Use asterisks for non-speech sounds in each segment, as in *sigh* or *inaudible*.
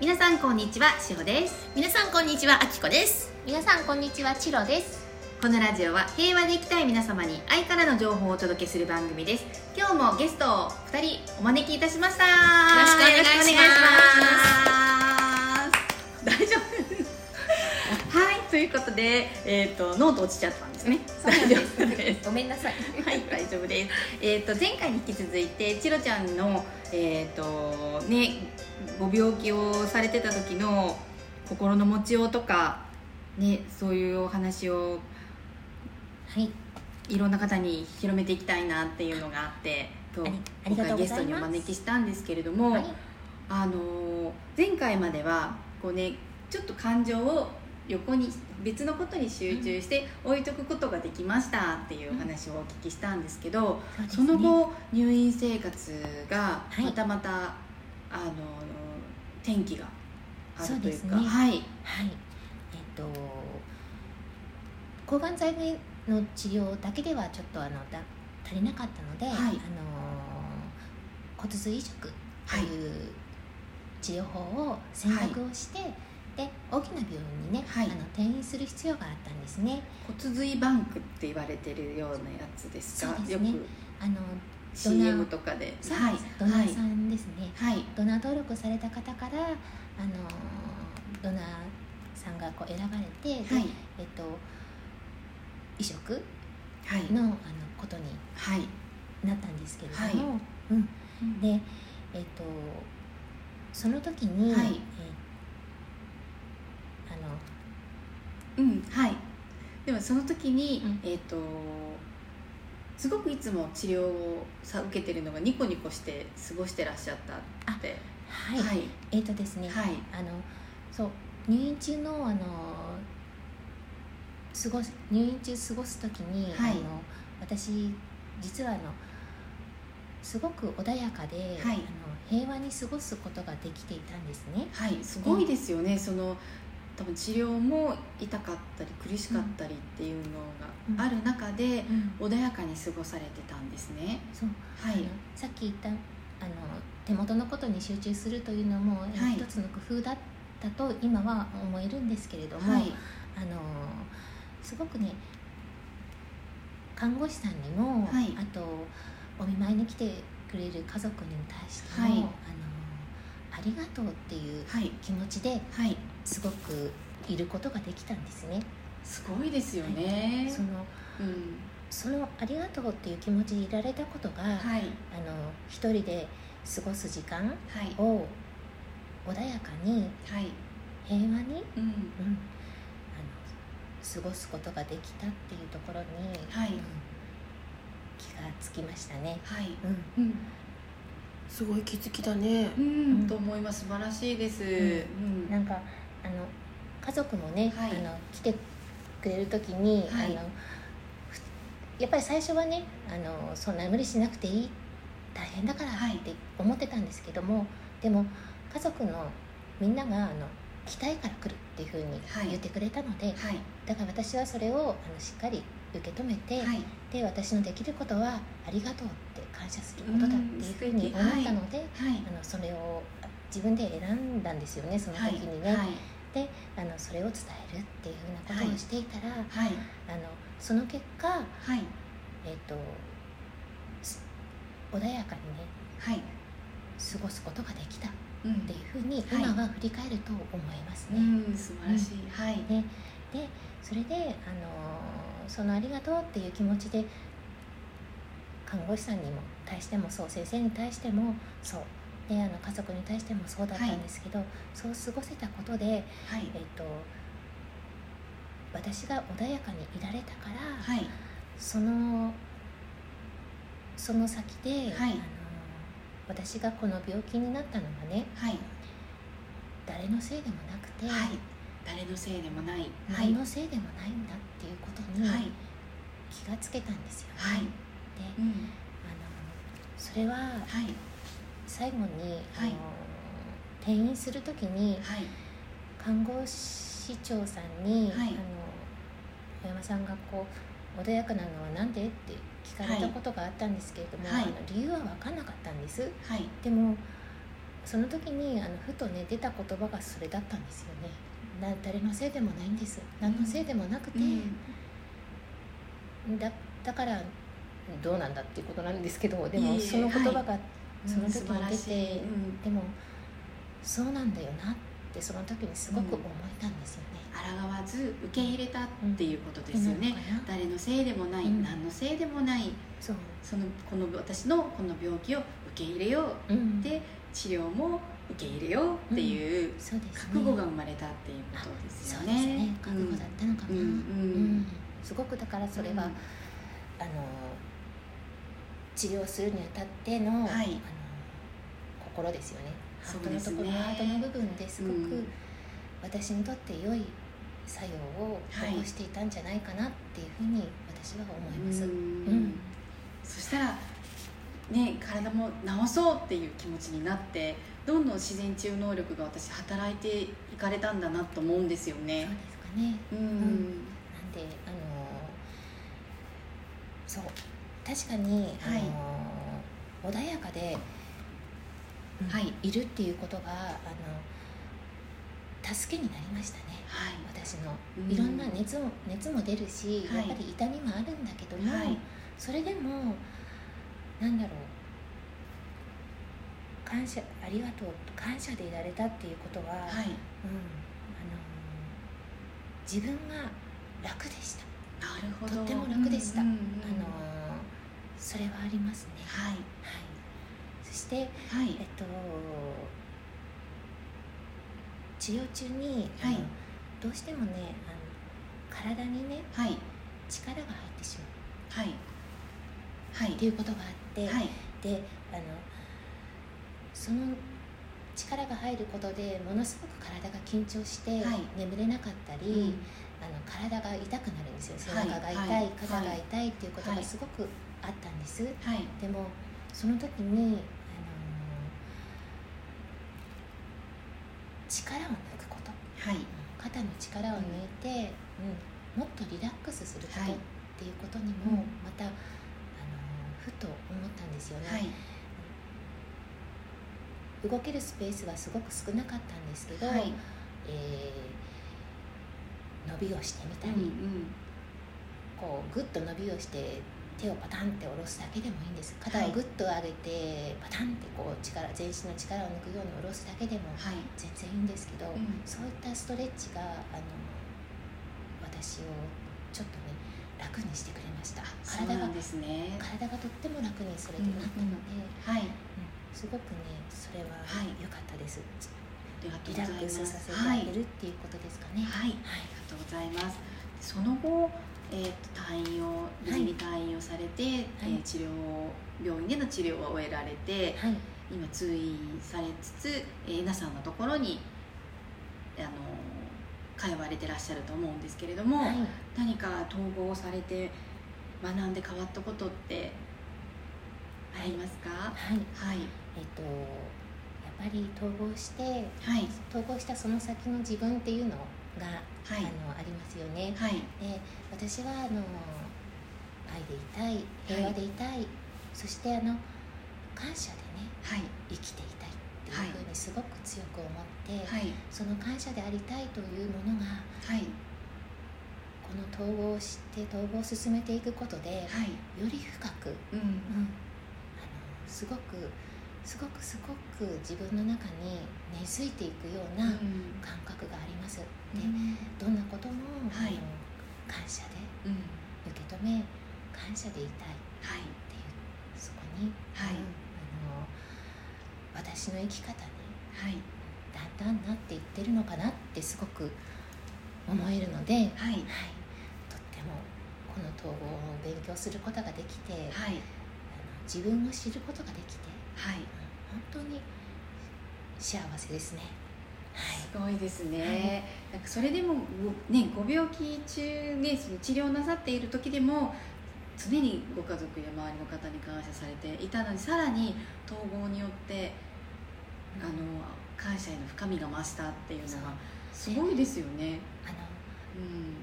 皆さんこんにちはしほです皆さんこんにちはあきこです皆さんこんにちはチロですこのラジオは平和で生きたい皆様に愛からの情報をお届けする番組です今日もゲストを2人お招きいたしましたよろしくお願いしろくおます願いします大丈夫 *laughs* はいということで、えー、とノート落ちちゃったんですねそうな *laughs* 大ん丈で夫ですすごめんなさいはい、大丈夫です。えっ、と前回に引き続いてチロちゃんのえっ、とねご病気をされてた時の心の持ちようとかねそういうお話をはいいろんな方に広めていきたいなっていうのがあって、とありあり今が回とうござゲいますストにお招きしたんですけれども、はいあのー前回まではこうねちょっと感情を横に別のことに集中して置いとくことができましたっていうお話をお聞きしたんですけど、その後入院生活がはいまたまた、あの天気があるというそうですかねはいはいえっと抗がん剤の治療だけではちょっとあのだ足りなかったので、はいあの骨髄移植とはいいう治療法を選択をして、で大きな病院にね、はいあの転院する必要があったんですね。骨髄バンクって言われてるようなやつですかそうですよねくあの CM とかでそうはいですドナーさんですね、はいドナー登録された方からあのドナーさんがこう選ばれて、ではいえっと、移植はいのあのことにはいなったんですけれども、はうん、うんで、えっと、その時に、はいえあのうんはいでもその時に、うんえっ、とすごくいつも治療をさ受けてるのがニコニコして過ごしてらっしゃったってはい、はいえっとですね、はいあのそう入院中のあの過ごす入院中過ごす時に、はいあの私実はあのすごく穏やかで、はいあの平和に過ごすことができていたんですね。はい、すごいですよね、その多分治療も痛かったり苦しかったりっていうのがある中で、穏やかに過ごされてたんですねそうはあのいさっき言ったあの手元のことに集中するというのも、い一つの工夫だったと今は思えるんですけれども、はいあのーすごくね看護師さんにも、はいあとお見舞いに来てくれる家族に対しても、はいあのーありがとうっていうはい気持ちではいすごくいることができたんですね。すごいですよね、そのうんそのありがとうっていう気持ちでいられたことが、はいあのー一人で過ごす時は間いを穏やかにはい平和うに、んうん、あの過ごすことができたっていうところに、はいうん気がつきましたね。はいうん、うん、すごい気づきだねうん、と思います素晴らしいです、うんなんかあの家族もね、はいあの来てくれる時に、はいあのふやっぱり最初はねあのそんな無理しなくていい大変だからはいって思ってたんですけども、でも家族のみんながあの来たいから来るっていうふうにはい言ってくれたので、はいだから私はそれをあのしっかり受け止めて、はいで私のできることはありがとうって感謝することだっていうふううにん素敵思ったので、はいあのそれを自分で選んだんですよねそのはい時にはね、いであのそれを伝えるっていうふうなことをしていたら、はいあのその結果、はいえっとす穏やかにねはい過ごすことができたっうんていうふうにはい今は振り返ると思いますうね、ん素晴らしい、はいそれで、あのーその「ありがとう」っていう気持ちで看護師さんにも対してもそう先生に対してもそうであの家族に対してもそうだったんですけど、そう過ごせたことではいえっと、私が穏やかにいられたから、はいそのその先で、はいあの私がこの病気になったのがねはい誰のせいでもなくて、はい、誰のせいでもない。は何い、のせいでもないんだっていうことにはい、気がつけたんですよ、はい、であうのん、それははい、最後に、はいあの転院する時にはい、看護師長さんに、はいあの小山さんがこう穏やかなのはなんでって聞かれたことがあったんですけれども、はいあの理由は分からなかったんですはい、でもその時にあのふとね出た言葉がそれだったんですよねな誰のせいでもないんです何のせいでもなくて、だだからどうなんだっていうことなんですけどでいえもいえその言葉が、うんその時素晴らしに出いてうんでもそうなんだよなってその時にすごく思えたんですよね。抗わず受け入れたっていうことですよってなねのかな誰のせいでもない、うん何のせいでもないそう、そのこの私のこの病気を受け入れよううん、で治療も受け入れようっていうそうですね覚悟が生まれたっていうことですそようでねすね。覚悟だったのかうな、んううんんすごくだからそれは、うんあの治療するにあたっての,、はいあの心ですよねハートのとそこうでろ、すねハートの部分ですごく、うん私にとって良い作用をはい起こしていたんじゃないかなっていうふうに私は思います、うんうんそしたらね体も治そうっていう気持ちになってどんどん自然治癒能力が私働いていかれたんだなと思うんですよそうね。ですかねうんんなんであのそう確かに、はいあの穏やかで、うんはいいるっていうことがあの助けになりましたねはい私のうんいろんな熱も熱も出るし、はいやっぱり痛みもあるんだけども、はいそれでもなんだろう感謝ありがとうと感謝でいられたっていうことは、はいうん、あの自分が楽でした、なるほどとっても楽でしたうんうんあのそれはありますね、はいはい、そしてはいえっと治療中に、はいあのどうしてもねあの体にねはい力が入ってしまうはいはいっていうことがあって、はいであのその力が入ることでものすごく体が緊張して、はい眠れなかったり、うんあの体が痛くなるんですよ背はい中が痛い、はい肩が痛いっていうことはがいすごくあったんです、はいでもその時に、あのー力を抜くことはい肩の力を抜いて、うんもっとリラックスすること、はいっていうことにうんもまた、あのーふと思ったんですよね、はい動けるスペースはすごく少なかったんですけど、はいえー伸びをしてみたうり、んこうグッと伸びをして手をパタンって下ろすだけでもいいんです肩をグッと上げてパタンってこう力全身の力を抜くように下ろすだけでもはい全然いいんですけど、うんそういったストレッチがあの私をちょっとね楽にしてくれましたそう体ながんですね体がとっても楽にそれでなったので、はいすごくねそれははい良かったです、ありがとうリござラいックますスさせてはあいげるっていうことですかねはいはいありがとうございます。その後、えー、と退院を無事に退院をされて、えー治療を病院での治療は終えられてはい、今通院されつつえーえなさんのところにあの通われてらっしゃると思うんですけれども、はい何か統合されて学んで変わったことってありますか、はいはいえっとやっぱり統合してはい統合したその先の自分っていうのが、はいあのありますよね。はいで私はあの愛でいたい平和でいたい、そしてあの感謝でねはい生きていたいっていうふうにすごく強く思って、はいその感謝でありたいというものがはいこの統合をして統合を進めていくことで、よはいり深く、うんうんあのすごくすごくすごく自分の中に根付いていくような感覚があります。うんでどんなことも、はいあの感謝うでん受け止め感謝でいたいっはいていうそこに、はいうんあの私の生き方にはいだんだんなっていってるのかなってすごく思えるので、はい、はいとってもこの統合を勉強することができて、あのはい自分を知ることができてはいうん本当に幸せですね。はいすごいですね、なんかそれでもご,、ね、ご病気中、ね、その治療なさっている時でも常にご家族や周りの方に感謝されていたのにさらに統合によってあの感謝への深みが増したっていうのがすごいですよね。あのうん、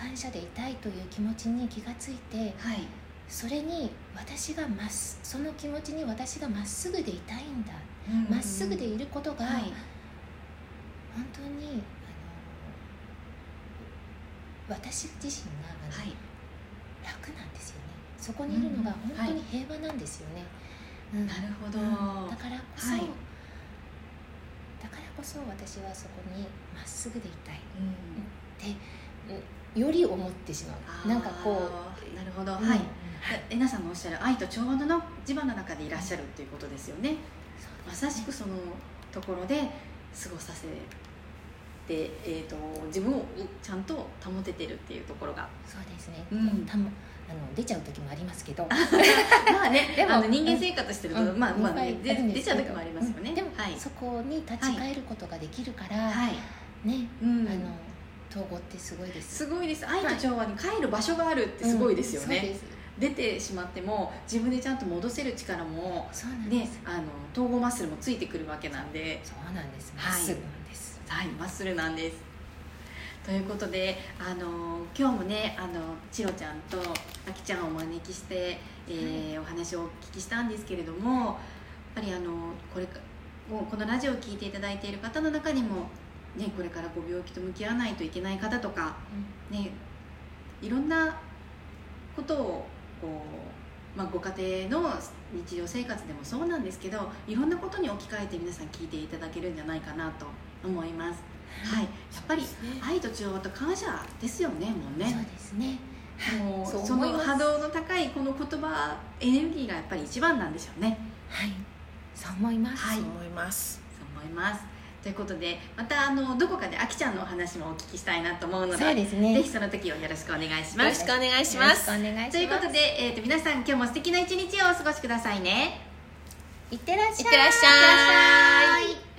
感謝でいたいという気持ちに気がついてはいそれに私がまっすその気持ちに私がまっすぐでいたいんだうんまっすぐでいることがは本い当に、あの私自身があのはい楽なんですよねそこにいるのがうん本当に平和なんですよね、うんなるほど、だからこそ、はいだからこそ私はそこにまっすぐでいたいうんより思ってしまあうーなんかこう、なるほど、うんはいえなさんのおっしゃる愛と調和の磁場の中でいらっしゃるっていうことですよねそうまですさしくそのところで過ごさせて、えー、と自分をちゃんと保ててるっていうところ *laughs* がそうですね、うんたもあの出ちゃう時もありますけどまあねでもあの人間生活してると、うんまあまあ、ねいっ、ぱいであるんで出すちけゃどう時もありますよね、うんでも、はい、そこに立ち返ることができるから、はいね、うんあの統合ってすごいですすごいです愛と調和に帰る場所があるってすごいですよね、うんそうです出てしまっても自分でちゃんと戻せる力もそうなんでねす、あの統合マッスルもついてくるわけなんでそうなんですまはいっすぐなんです、はい、マッスルなんです。ということで、あの今日もね、あのチロちゃんとあきちゃんをお招きして、えーお話をお聞きしたんですけれども、やっぱりあのこれかもうこのラジオを聞いていただいている方の中にも、ね、これからご病気と向き合わないといけない方とか、ね、いろんなことをこう、まあ、ご家庭の日常生活でもそうなんですけどいろんなことに置き換えて皆さん聞いていただけるんじゃないかなと思います。はい、やっぱりそうですね愛と調和と感謝ですよねもうそうねですねもうそうそ思いのます波動の高いこの言葉エネルギーがやっぱり一番なんでしょうねはいそう思います、はいそう思いますそう思いますということでまたあのどこかであきちゃんのお話もお聞きしたいなと思うのでそうですねぜひその時をよろしくお願いしよまろすしくお願いしますよろしくお願いしますということで、えー、と皆さん今日も素敵な一日をお過ごしくださいねいってらっしゃいいってらっしゃいい